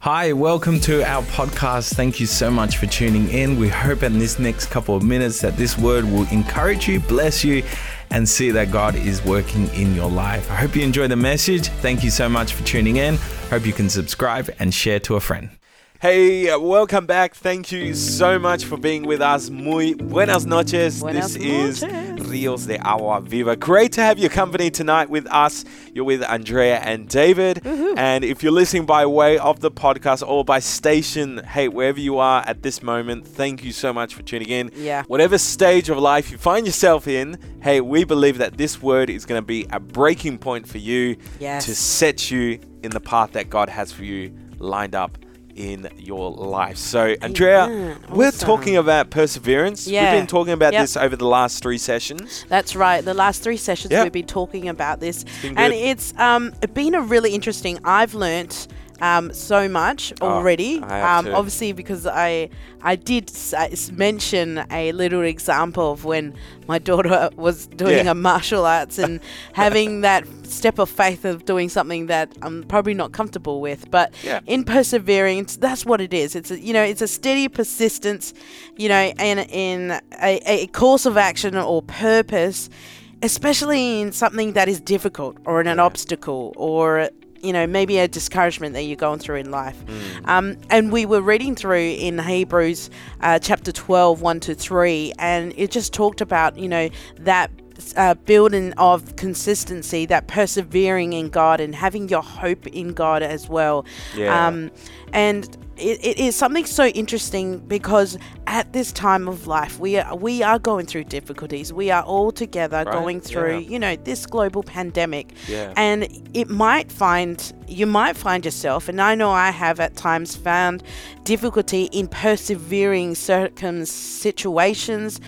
Hi, welcome to our podcast. Thank you so much for tuning in. We hope in this next couple of minutes that this word will encourage you, bless you, and see that God is working in your life. I hope you enjoy the message. Thank you so much for tuning in. Hope you can subscribe and share to a friend. Hey, uh, welcome back. Thank you so much for being with us. Muy buenas noches. Buenas this noches. is Rios de Agua Viva. Great to have your company tonight with us. You're with Andrea and David. And if you're listening by way of the podcast or by station, hey, wherever you are at this moment, thank you so much for tuning in. Yeah. Whatever stage of life you find yourself in, hey, we believe that this word is going to be a breaking point for you Yes. to set you in the path that God has for you lined up in your life. So, Andrea, Amen. we're Awesome. talking about perseverance. Yeah. We've been talking about Yep. this over the last three sessions. That's right. The last three sessions Yeah. we've been talking about this, been and good. it's um, been a really interesting. I've learnt um, so much already. Oh, I have um, too. obviously, because I I did s- uh, s- mention a little example of when my daughter was doing Yeah. a martial arts and having that step of faith of doing something that I'm probably not comfortable with, but Yeah. in perseverance that's what it is it's a, you know it's a steady persistence you know in in a, a course of action or purpose especially in something that is difficult or in an obstacle or you know maybe a discouragement that you're going through in life um, and we were reading through in hebrews uh, chapter 12 1 to 3 and it just talked about you know that uh, building of consistency, that persevering in God and having your hope in God as well. Yeah. Um, and it, it is something so interesting because at this time of life, we are, we are going through difficulties. We are all together going through, yeah. you know, this global pandemic. Yeah. And it might find, you might find yourself, and I know I have at times found difficulty in persevering certain situations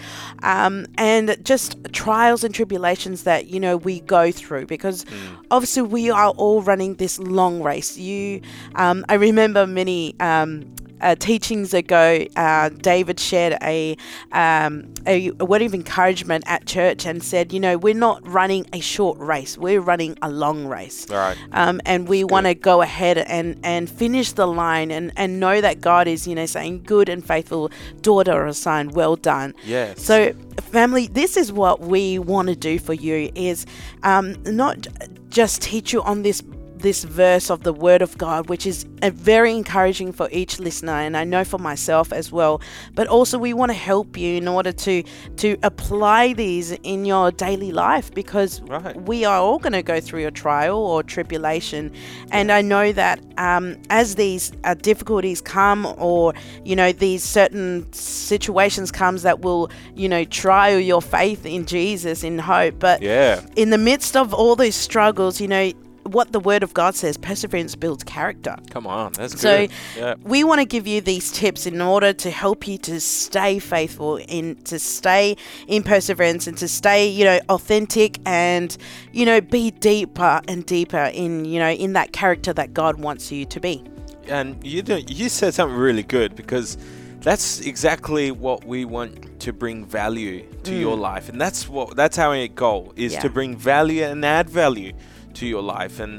um, and just trials and tribulations that, you know, we go through because Mm. obviously we are all running this long race. You, um, I remember many. Um, uh, teachings ago, uh, David shared a, um, a a word of encouragement at church and said, you know, we're not running a short race, we're running a long race. All right. Um, and we want to go ahead and, and finish the line and, and know that God is, you know, saying, good and faithful daughter or son, well done. Yes. So, family, this is what we want to do for you is um, not j- just teach you on this this verse of the word of God which is uh, very encouraging for each listener and I know for myself as well but also we want to help you in order to to apply these in your daily life because Right. we are all going to go through a trial or tribulation and i know that um, as these uh, difficulties come or you know these certain situations comes that will you know trial your faith in jesus in hope but Yeah. in the midst of all those struggles you know what the word of god says perseverance builds character Come on. That's so good. Yeah. we want to give you these tips in order to help you to stay faithful in to stay in perseverance and to stay, you know, authentic and you know be deeper and deeper in, you know, in that character that God wants you to be. and you do, you said something really good because that's exactly what we want to bring value to your life and that's what that's our goal is Hmm. Yeah. to bring value and add value to your life and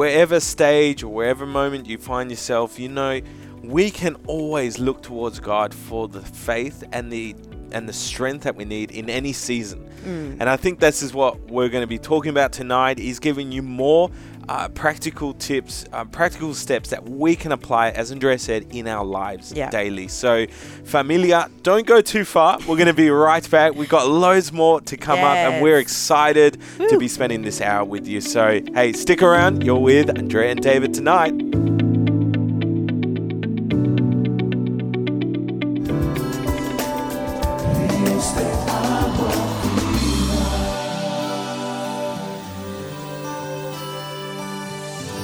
wherever stage or wherever moment you find yourself you know we can always look towards God for the faith and the and the strength that we need in any season. And I think this is what we're going to be talking about tonight is giving you more uh, practical tips, uh, practical steps that we can apply, as Andrea said, in our lives Yeah. daily. So, familia, don't go too far. We're going to be right back. We've got loads more to come up, and Yes. we're excited to Woo. be spending this hour with you. So, hey, stick around. You're with Andrea and David tonight.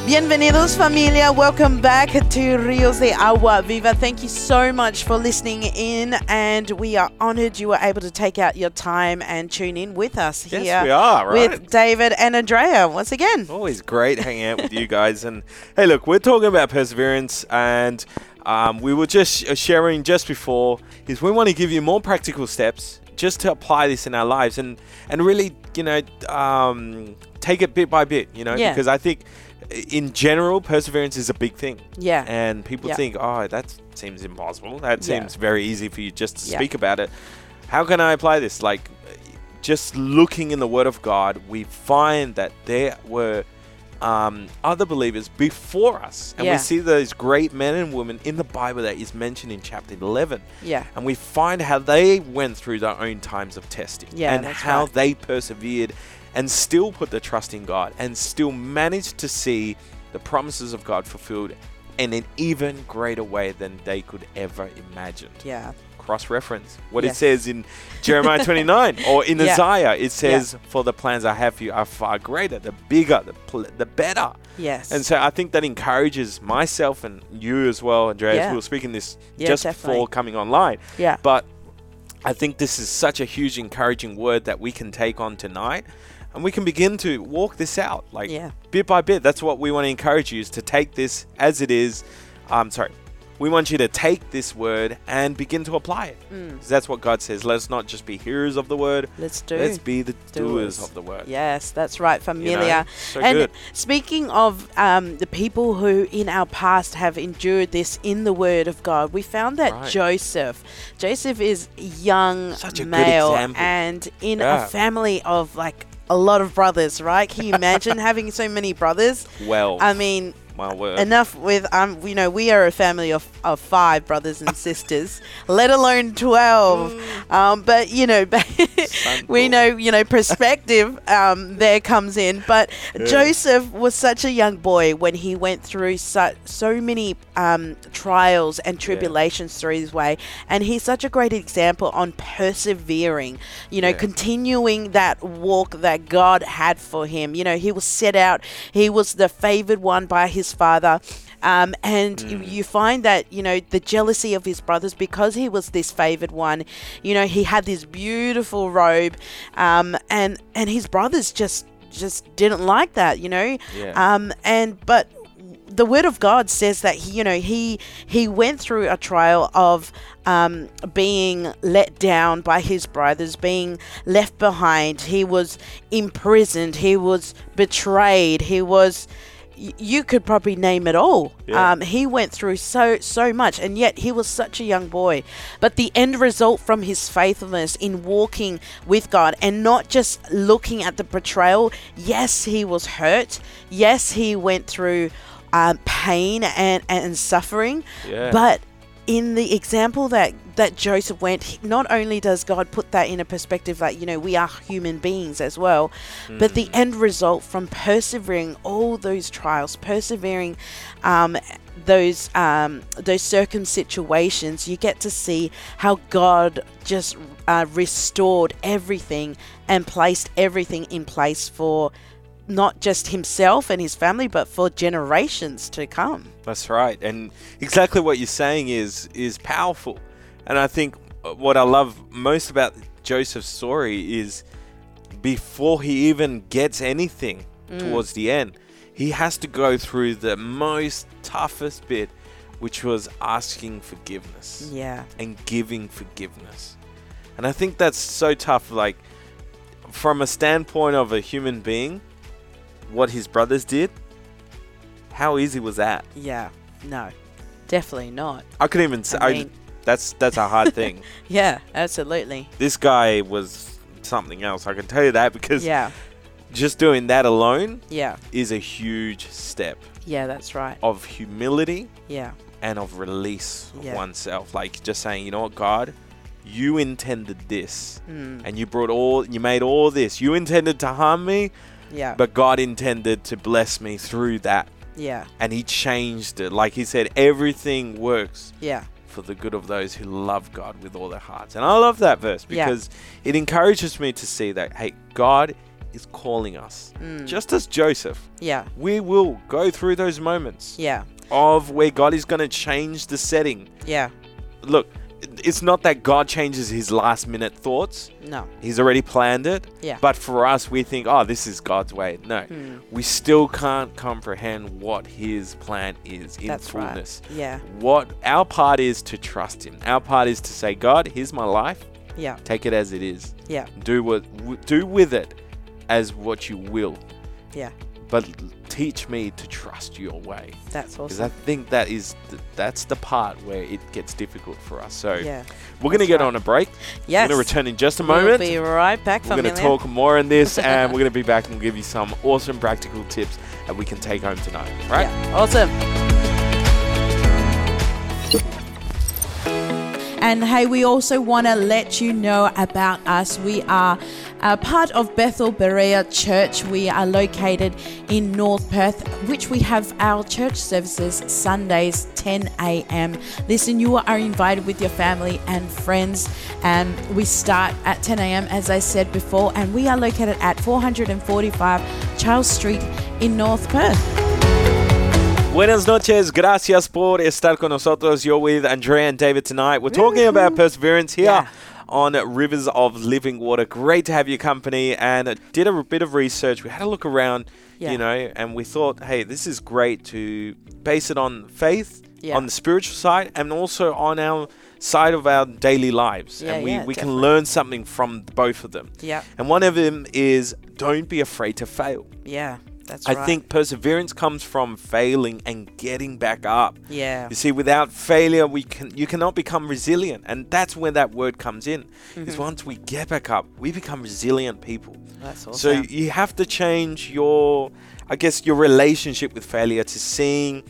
Bienvenidos familia, welcome back to Rios de Agua Viva. Thank you so much for listening in and we are honored you were able to take out your time and tune in with us Yes, here we are, right? with David and Andrea once again. Always great hanging out with you guys. And hey, look, we're talking about perseverance, and um, we were just sh- uh, sharing just before is we want to give you more practical steps just to apply this in our lives, and and really, you know, um, take it bit by bit, you know, Yeah. because I think in general, perseverance is a big thing. Yeah. And people Yeah. think, oh, that seems impossible. That Yeah. seems very easy for you just to Yeah. speak about it. How can I apply this? Like, just looking in the Word of God, we find that there were um, other believers before us. And Yeah. we see those great men and women in the Bible that is mentioned in chapter 11 Yeah. and we find how they went through their own times of testing Yeah, and that's how right. they persevered and still put their trust in God and still managed to see the promises of God fulfilled in an even greater way than they could ever imagine. Yeah. Cross reference what it Yes. says in Jeremiah 29 or in Yeah. Isaiah, it says, For the plans I have for you are far greater, the bigger, the, pl- the better. Yes. And so I think that encourages myself and you as well, Andrea, as Yeah. we were speaking this Yeah, just definitely. before coming online. Yeah. But I think this is such a huge encouraging word that we can take on tonight and we can begin to walk this out like Yeah. bit by bit. That's what we want to encourage you is to take this as it is. Um, sorry. We want you to take this word and begin to apply it. 'Cause That's what God says. Let's not just be hearers of the word. Let's Mm. do. Let's be the doers, Doers. of the word. Yes, that's right, familiar. so and good. speaking of um, the people who in our past have endured this in the Word of God, we found that Right. Joseph, Joseph is young Such a good male, example. and in Yeah. a family of like a lot of brothers, right? Can you imagine having so many brothers? Well, I mean, my word. enough with um you know we are a family of, of five brothers and sisters let alone Mm. 12 um but you know we Santo. know you know perspective um there comes in but joseph was such a young boy when he went through such so many um trials and tribulations through his way and he's such a great example on persevering you know Yeah. continuing that walk that God had for him. You know, he was set out, he was the favored one by his father. Um, and you- you find that, you know, the jealousy of his brothers because he was this favored one, you know, he had this beautiful robe, um, and and his brothers just just didn't like that, you know. Yeah. Um, and but the word of God says that he, you know he he went through a trial of um, being let down by his brothers, being left behind. He was imprisoned. He was betrayed. He was y- you could probably name it all. Yeah. Um, he went through so so much, and yet he was such a young boy. But the end result from his faithfulness in walking with God and not just looking at the betrayal. Yes, he was hurt. Yes, he went through um, pain and and suffering. Yeah. But in the example that that Joseph went, he- not only does God put that in a perspective like you know we are human beings as well, but the end result from persevering all those trials, persevering um, those um, those circum situations, you get to see how God just uh, restored everything and placed everything in place for not just himself and his family, but for generations to come. That's right, and exactly what you're saying is is powerful. And I think uh, what I love most about Joseph's story is before he even gets anything towards the end, he has to go through the most toughest bit, which was asking forgiveness Yeah. and giving forgiveness. And I think that's so tough, like from a standpoint of a human being, what his brothers did, how easy was that? Yeah. No. Definitely not. I could even say I mean- that's that's a hard thing. Yeah, absolutely. This guy was something else. I can tell you that because Yeah. just doing that alone Yeah. is a huge step Yeah, that's right. of humility Yeah. and of release of Yeah. oneself. Like just saying, you know what, God, you intended this, Mm. and you brought all, you made all this. You intended to harm me, Yeah. but God intended to bless me through that, yeah. and He changed it. Like He said, everything works Yeah. for the good of those who love God with all their hearts. And I love that verse Yeah. because it encourages me to see that, hey, God is calling us. Mm. Just as Joseph, Yeah. we will go through those moments Yeah. of where God is going to change the setting. Yeah. Look, it- it's not that God changes his last minute thoughts. No. He's already planned it. Yeah. Hmm. But for us, we think, oh, this is God's way. No, we still can't comprehend what His plan is in That's right. fullness. Yeah. What our part is to trust Him. Our part is to say, God, here's my life. Yeah. Take it as it is. Yeah. Do what w- do with it as what you will. Yeah. but teach me to trust your way. That's Because awesome. I think that is th- that's the part where it gets difficult for us. So yeah. we're going to that's get right. on a break. Yes. We're going to return in just a moment. We'll be right back, We're going to familia. talk more on this, and we're going to be back and we'll give you some awesome practical tips that we can take home tonight. Right? Yeah. Awesome. And hey, we also want to let you know about us. We are a part of Bethel Berea Church. We are located in North Perth, which we have our church services Sundays, 10 a.m. Listen, you are invited with your family and friends. And we start at 10 a.m., as I said before, and we are located at 445 Charles Street in North Perth. Buenas noches. Gracias por estar con nosotros. You're with Andrea and David tonight. We're talking about perseverance here Mm-hmm. Yeah. on Rivers of Living Water. Great to have your company. And did a bit of research. We had a look around, Yeah. you know, and we thought, hey, this is great to base it on faith, Yeah. on the spiritual side, and also on our side of our daily lives. Yeah, and we, yeah, we can definitely. learn something from both of them. Yeah. And one of them is don't be afraid to fail. Yeah. That's I right. think perseverance comes from failing and getting back up. Yeah. You see, without failure, we can you cannot become resilient, and that's where that word comes in. Is Mm-hmm. once we get back up, we become resilient people. That's So awesome. you you have to change your, I guess, your relationship with failure to seeing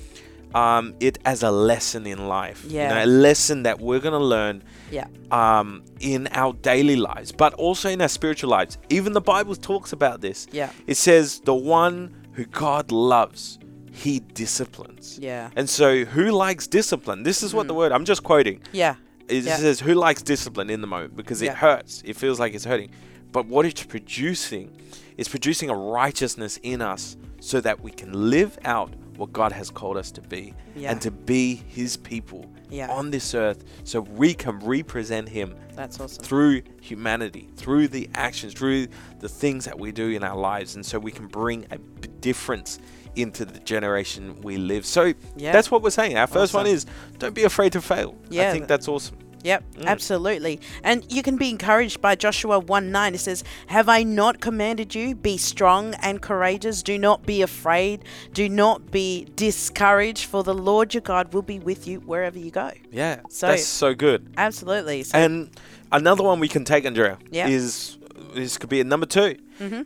um, it as a lesson in life. You Yeah. know, a lesson that we're gonna learn yeah. um, in our daily lives, but also in our spiritual lives. Even the Bible talks about this. Yeah. It says, The one who God loves, he disciplines. Yeah. And so, who likes discipline? This is what the word, I'm just quoting. Yeah. It Yeah. says, Who likes discipline in the moment? Because Yeah. it hurts. It feels like it's hurting. But what it's producing is producing a righteousness in us so that we can live out what God has called us to be Yeah. and to be his people Yeah. on this earth so we can represent him That's awesome. through humanity, through the actions, through the things that we do in our lives. And so we can bring a b- difference into the generation we live. So Yeah. that's what we're saying. Our first one Awesome. is don't be afraid to fail. I Yeah. think that's awesome. Yep, mm. absolutely. And you can be encouraged by Joshua 1 9. It says, Have I not commanded you? Be strong and courageous. Do not be afraid. Do not be discouraged, for the Lord your God will be with you wherever you go. Yeah. So- that's so good. Absolutely. So, And another one we can take, Andrea, Yeah. Mm-hmm. is this could be at number 2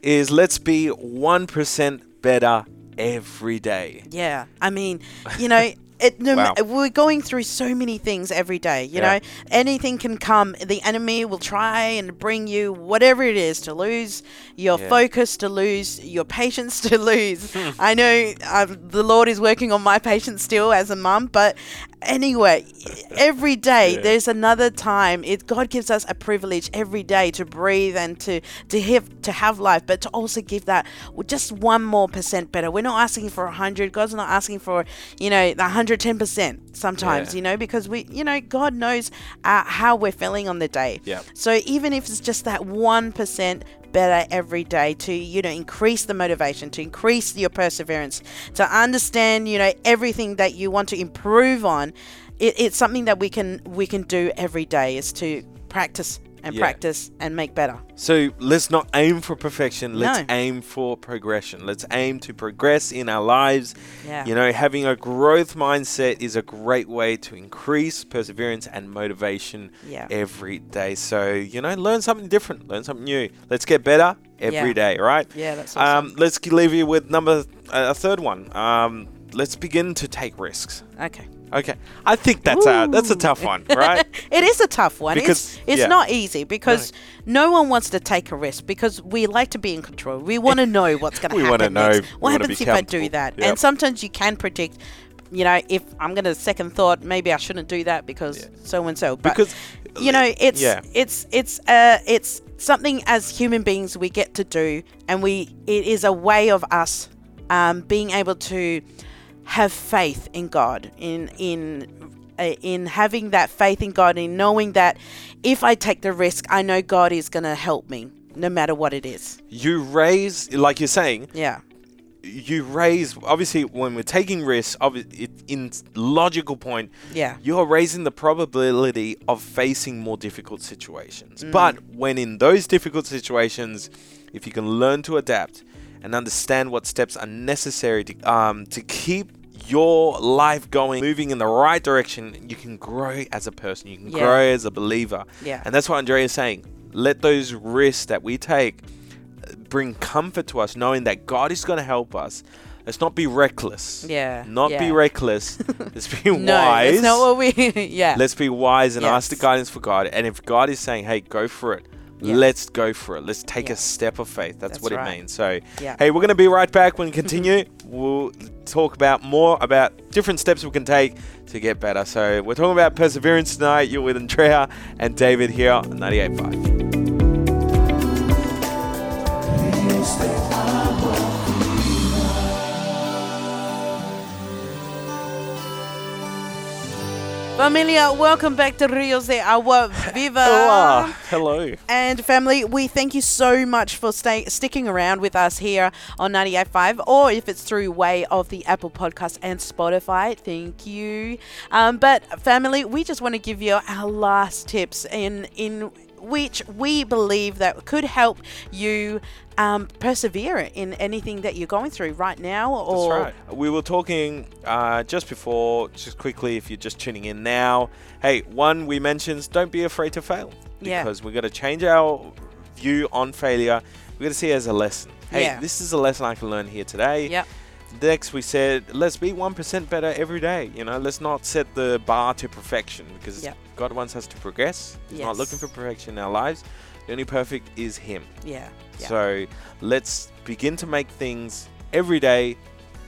is let's be 1% better every day. yeah, I mean, you know. It, no, Wow. We're going through so many things every day. You Yeah. know, anything can come. The enemy will try and bring you whatever it is to lose your Yeah. focus, to lose your patience, to lose. I know i the Lord is working on my patience still as a mum, but anyway, every day there's another time. It God gives us a privilege every day to breathe and to to have to have life, but to also give that just one more percent better. We're not asking for a hundred. God's not asking for you know the hundred ten percent. Sometimes Yeah. you know because we you know God knows uh, how we're feeling on the day. Yep. So even if it's just that 1% better every day to you know increase the motivation to increase your perseverance to understand you know everything that you want to improve on it, it's something that we can we can do every day is to practice and Yeah. practice and make better So let's not aim for perfection. Let's No. aim for progression. Let's aim to progress in our lives. Yeah. You know, having a growth mindset is a great way to increase perseverance and motivation Yeah. every day. So, you know, learn something different, learn something new. Let's get better every Yeah. day, right? Yeah, that's Um, let's g- leave you with number uh, a third one. Um, let's begin to take risks. okay Okay. I think that's a, that's a tough one, right? it is a tough one. Because- it's it's yeah. not easy because no. one wants to take a risk because we like to be in control. We want to know what's going to We happen wanna know. next. We What wanna happens be if I comfortable. do that? Yep. And sometimes you can predict. You know, if I'm going to second thought, maybe I shouldn't do that because so and so. But Because- you know, it's yeah. it's it's uh it's something as human beings we get to do, and we it is a way of us um, being able to have faith in God, in in uh, in having that faith in God, in knowing that if I take the risk, I know God is going to help me, no matter what it is. you raise, like you're saying, Yeah, you raise obviously when we're taking risks obvi- it, in logical point Yeah. you're raising the probability of facing more difficult Mm. situations but when in those difficult situations if you can learn to adapt and understand what steps are necessary to, um, to keep your life going, moving in the right direction, you can grow as a person, you can Yeah. grow as a believer. Yeah. And that's what Andrea is saying. Let those risks that we take uh, bring comfort to us, knowing that God is going to help us. Let's not be reckless. Yeah, Not be yeah. reckless. Let's be No, wise. that's not what we. yeah. Let's be wise and ask the Yes. guidance for God. And if God is saying, hey, go for it, Yeah. let's go for it. Let's take Yeah. a step of faith. That's, That's what right. it means. So, Yeah. hey, we're going to be right back when we continue. we'll talk about more about different steps we can take to get better. So, we're talking about perseverance tonight. You're with Andrea and David here on 98.5. Familia, welcome back to Rios de Agua Viva. Um, Hola. Hello. And family, we thank you so much for stay, sticking around with us here on 98.5 or if it's through way of the Apple Podcast and Spotify, thank you. Um, but family, we just want to give you our last tips in in which we believe that could help you um, persevere in anything that you're going through right now or That's right. We were talking uh, just before, just quickly, if you're just tuning in now. Hey, one we mentioned, don't be afraid to fail. Yeah. Because we're going to change our view on failure. We're going to see it as a lesson. Hey, Yeah. this is a lesson I can learn here today. Yep. Next, we said, let's be 1% better every day. You know, let's not set the bar to perfection because Yep. God wants us to progress. He's not Yes. looking for perfection in our lives. The only perfect is Him. Yeah. yeah. So let's begin to make things every day,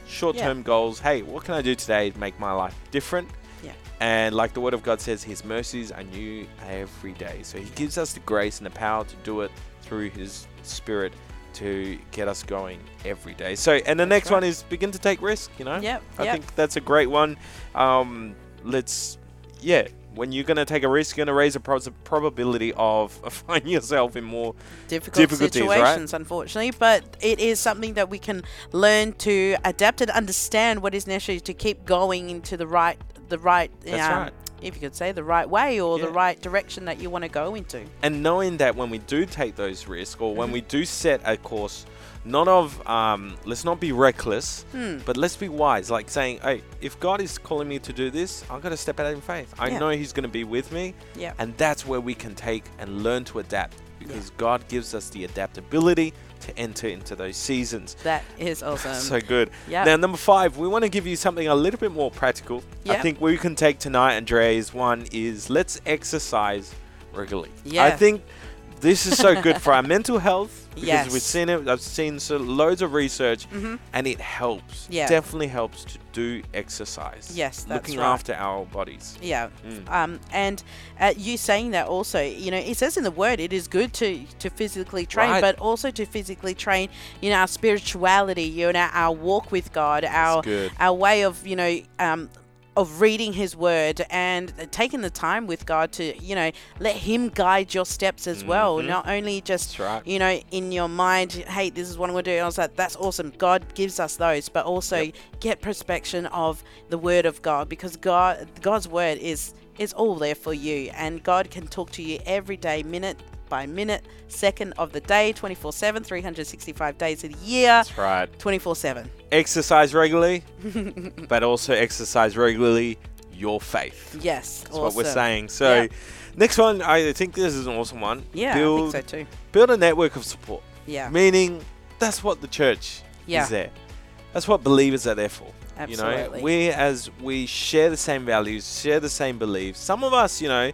short term goals. Hey, what can I do today to make my life different? Yeah. And like the Word of God says, His mercies are new every day. So He gives us the grace and the power to do it through His Spirit to get us going every day. So, and the next right. one is begin to take risk, you know? Yep, I yep. think that's a great one. Um, let's, yeah. When you're going to take a risk, you're going to raise a pros- probability of finding yourself in more difficult Difficulties, right? situations, unfortunately. But it is something that we can learn to adapt and understand what is necessary to keep going into the right, the right. um, That's right. If you could say the right way or the Yeah. right direction that you want to go into. and knowing that when we do take those risks or Mm-hmm. when we do set a course not of um, let's not be reckless Hmm. but let's be wise like saying hey if god is calling me to do this i'm going to step out in faith i Yeah. know he's going to be with me Yeah. and that's where we can take and learn to adapt because god gives us the adaptability to enter into those seasons That is awesome. so good. Yep. Now, number five, we want to give you something a little bit more practical. I Yep. think we can take tonight, Andrea, is one is let's exercise regularly. I Yeah. think this is so good for our mental health because Yes. Mm-hmm. we've seen it. I've seen so loads of research, and it helps. Yeah. Definitely helps to do exercise. Yes, that's looking right. after our bodies. yeah. Mm. Um, and uh, you saying that also, you know, it says in the word it is good to, to physically train, Right. but also to physically train, you know, our spirituality, you know, our walk with God, our good. our way of, you know, um, of reading His Word and taking the time with God to, you know, let Him guide your steps as well. Not only just, Mm-hmm. That's right. you know, in your mind, hey, this is what I'm going to do. I was like, that's awesome. God gives us those, but also get prospection of the Word of God because God, God's Word is is all there for you, and God can talk to you every day, minute by minute, second of the day, 24/7, 365 days of the year, That's right. 24/7. Exercise regularly, but also exercise regularly your faith. Yes, That's what we're saying. So, Yeah. next one, I think this is an awesome one. Yeah, build, I think so too. Build a network of support. Yeah. Meaning, that's what the church Yeah. is there. That's what believers are there for. You Absolutely. know, we as we share the same values, share the same beliefs. Some of us, you know,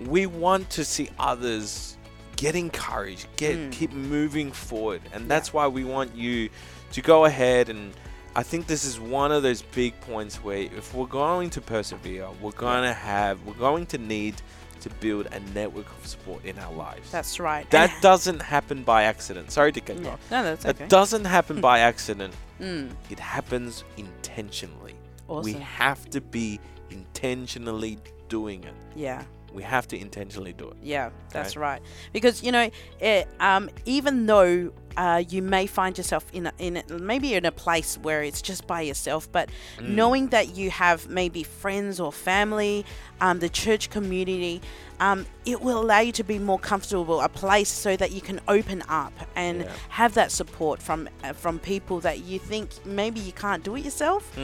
we want to see others get encouraged, get Mm. keep moving forward, and that's why we want you to go ahead and. I think this is one of those big points where if we're going to persevere, we're gonna have, we're going to need to build a network of support in our lives. That's right. that And- doesn't happen by accident. Sorry to cut you Yeah. off. No, that's okay. Hmm. It doesn't happen by accident. It happens intentionally. We Awesome. have to be intentionally doing it. yeah. we have to intentionally do it. Yeah, that's right. Because you know, it, um, even though uh, you may find yourself in a, in a, maybe in a place where it's just by yourself, but Mm. knowing that you have maybe friends or family, um, the church community, um, it will allow you to be more comfortable, a place so that you can open up and Yeah. have that support from uh, from people that you think maybe you can't do it yourself.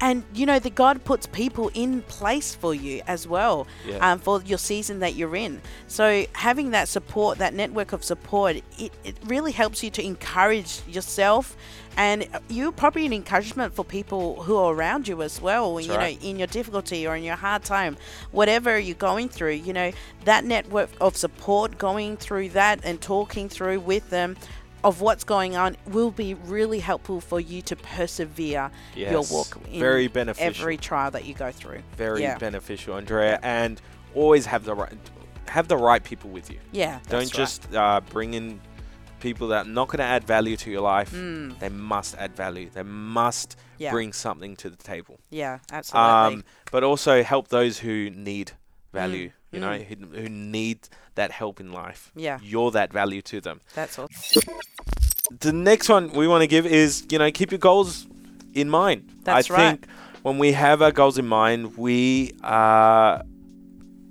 And you know that God puts people in place for you as well Yeah. um, for your season that you're in. So having that support, that network of support, it, it really helps you to encourage yourself, and you're probably an encouragement for people who are around you as well. you right. know, in your difficulty or in your hard time, whatever you're going through, you know that network of support, going through that and talking through with them. Of what's going on will be really helpful for you to persevere your Yes. walk in Very beneficial. every trial that you go through. Very yeah. beneficial, Andrea, and always have the right have the right people with you. yeah, that's Don't right. just uh, bring in people that are not going to add value to your life. They must add value. They must Hmm. Yeah. bring something to the table. Yeah, absolutely. Um, but also help those who need Mm, value. You know, who, who need that help in life. Yeah. you're that value to them. That's awesome. the next one we want to give is you know keep your goals in mind. That's I right. think when we have our goals in mind, we uh,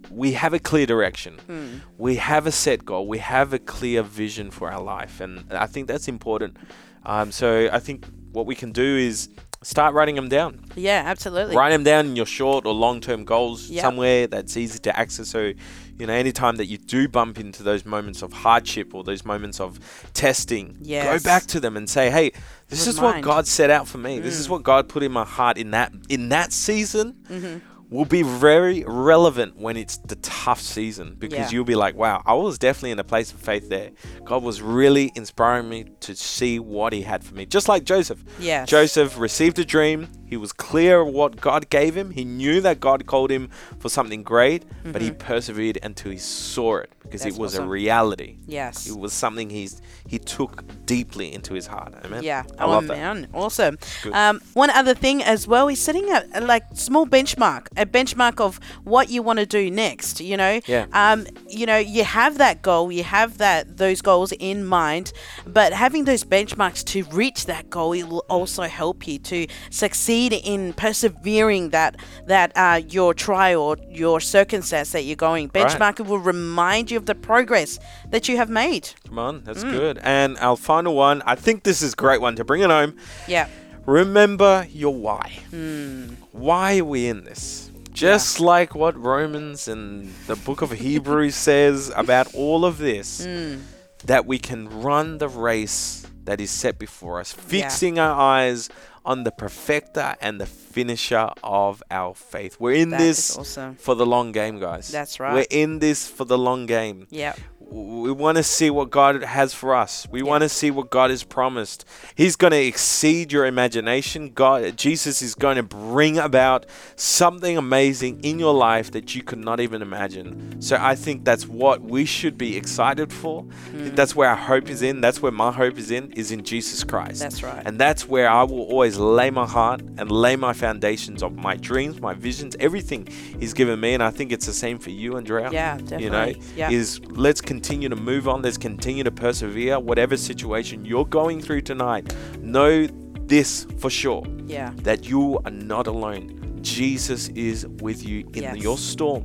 we have a clear direction. Hmm. We have a set goal. We have a clear vision for our life, and I think that's important. Um, so I think what we can do is start writing them down. Yeah, absolutely. Write them down in your short or long term goals Yep. somewhere that's easy to access. So, you know, anytime that you do bump into those moments of hardship or those moments of testing, Yes. go back to them and say, hey, this is what Remind. Mm. God set out for me. This is what God put in my heart in that in that season. Mm-hmm. Will be very relevant when it's the tough season because Yeah. you'll be like, wow, I was definitely in a place of faith there. God was really inspiring me to see what He had for me, just like Joseph. Yes. Joseph received a dream. He was clear of what God gave him. He knew that God called him for something great, but he persevered until he saw it because Mm-hmm. That's it was awesome. a reality. Yes. It was something he's he took deeply into his heart. Amen. Yeah. I oh, love that. man. Awesome. Good. Um, one other thing as well is setting a, a, like small benchmark, a benchmark of what you want to do next. You know. Yeah. Um, you know, you have that goal, you have that those goals in mind, but having those benchmarks to reach that goal, it will also help you to succeed in persevering that that uh, your trial or your circumstance that you're going. Benchmark will remind you of the progress that you have made. Come on, that's Mm. good. And our final one, I think this is a great one to bring it home. Yeah. Remember your why. Hmm. Why are we in this? Just like what Romans and the book of Hebrews says about all of this, Hmm. that we can run the race that is set before us, fixing our eyes on the perfecter and the finisher of our faith. We're in That is this awesome. for the long game, guys. That's We're right. in this for the long game Yeah. we want to see what God has for us. We want to see what God has promised. He's going to exceed your imagination. God Jesus is going to bring about something amazing in your life that you could not even imagine. So I think that's what we should be excited for. Mm. That's where our hope is in. That's where my hope is in is in Jesus Christ. That's right. And that's where I will always lay my heart and lay my foundations of my dreams, my visions, everything he's given me and I think it's the same for you Andrea. Yeah, You know, definitely. Yeah. is is let's continue to move on. Let's continue to persevere. Whatever situation you're going through tonight, know this for sure Yeah. that you are not alone. Jesus is with you in Yes. your storm.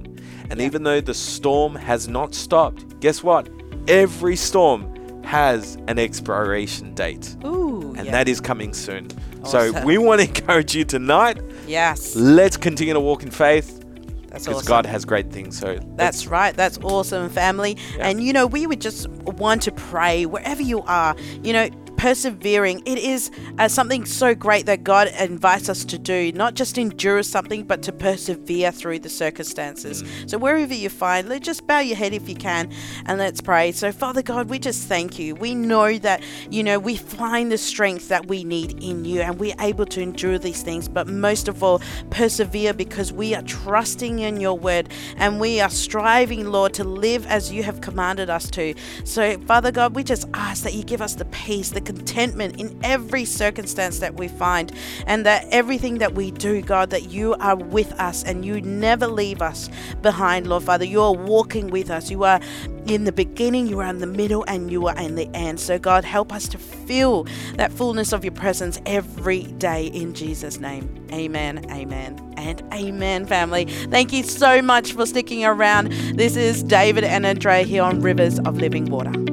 And Yeah. even though the storm has not stopped, guess what? Every storm has an expiration date. Ooh. And yeah. that is coming soon. So Awesome. we want to encourage you tonight. Yes. Let's continue to walk in faith That's because awesome. God has great things. So let's That's right. That's awesome, family. Yeah. And you know, we would just want to pray wherever you are. You know, persevering. It is uh, something so great that God invites us to do. Not just endure something, but to persevere through the circumstances. Mm. So wherever you find, let just bow your head if you can, and let's pray. So Father God, we just thank you. We know that you know we find the strength that we need in you, and we're able to endure these things. But most of all, persevere because we are trusting in your word and we are striving, Lord, to live as you have commanded us to. So, Father God, we just ask that you give us the peace, the contentment in every circumstance that we find, and that everything that we do, God, that you are with us and you never leave us behind, Lord Father. You are walking with us. You are in the beginning, you are in the middle, and you are in the end. So, God, help us to feel that fullness of your presence every day in Jesus' name. Amen, amen, and amen, family. Thank you so much for sticking around. This is David and Andre here on Rivers of Living Water.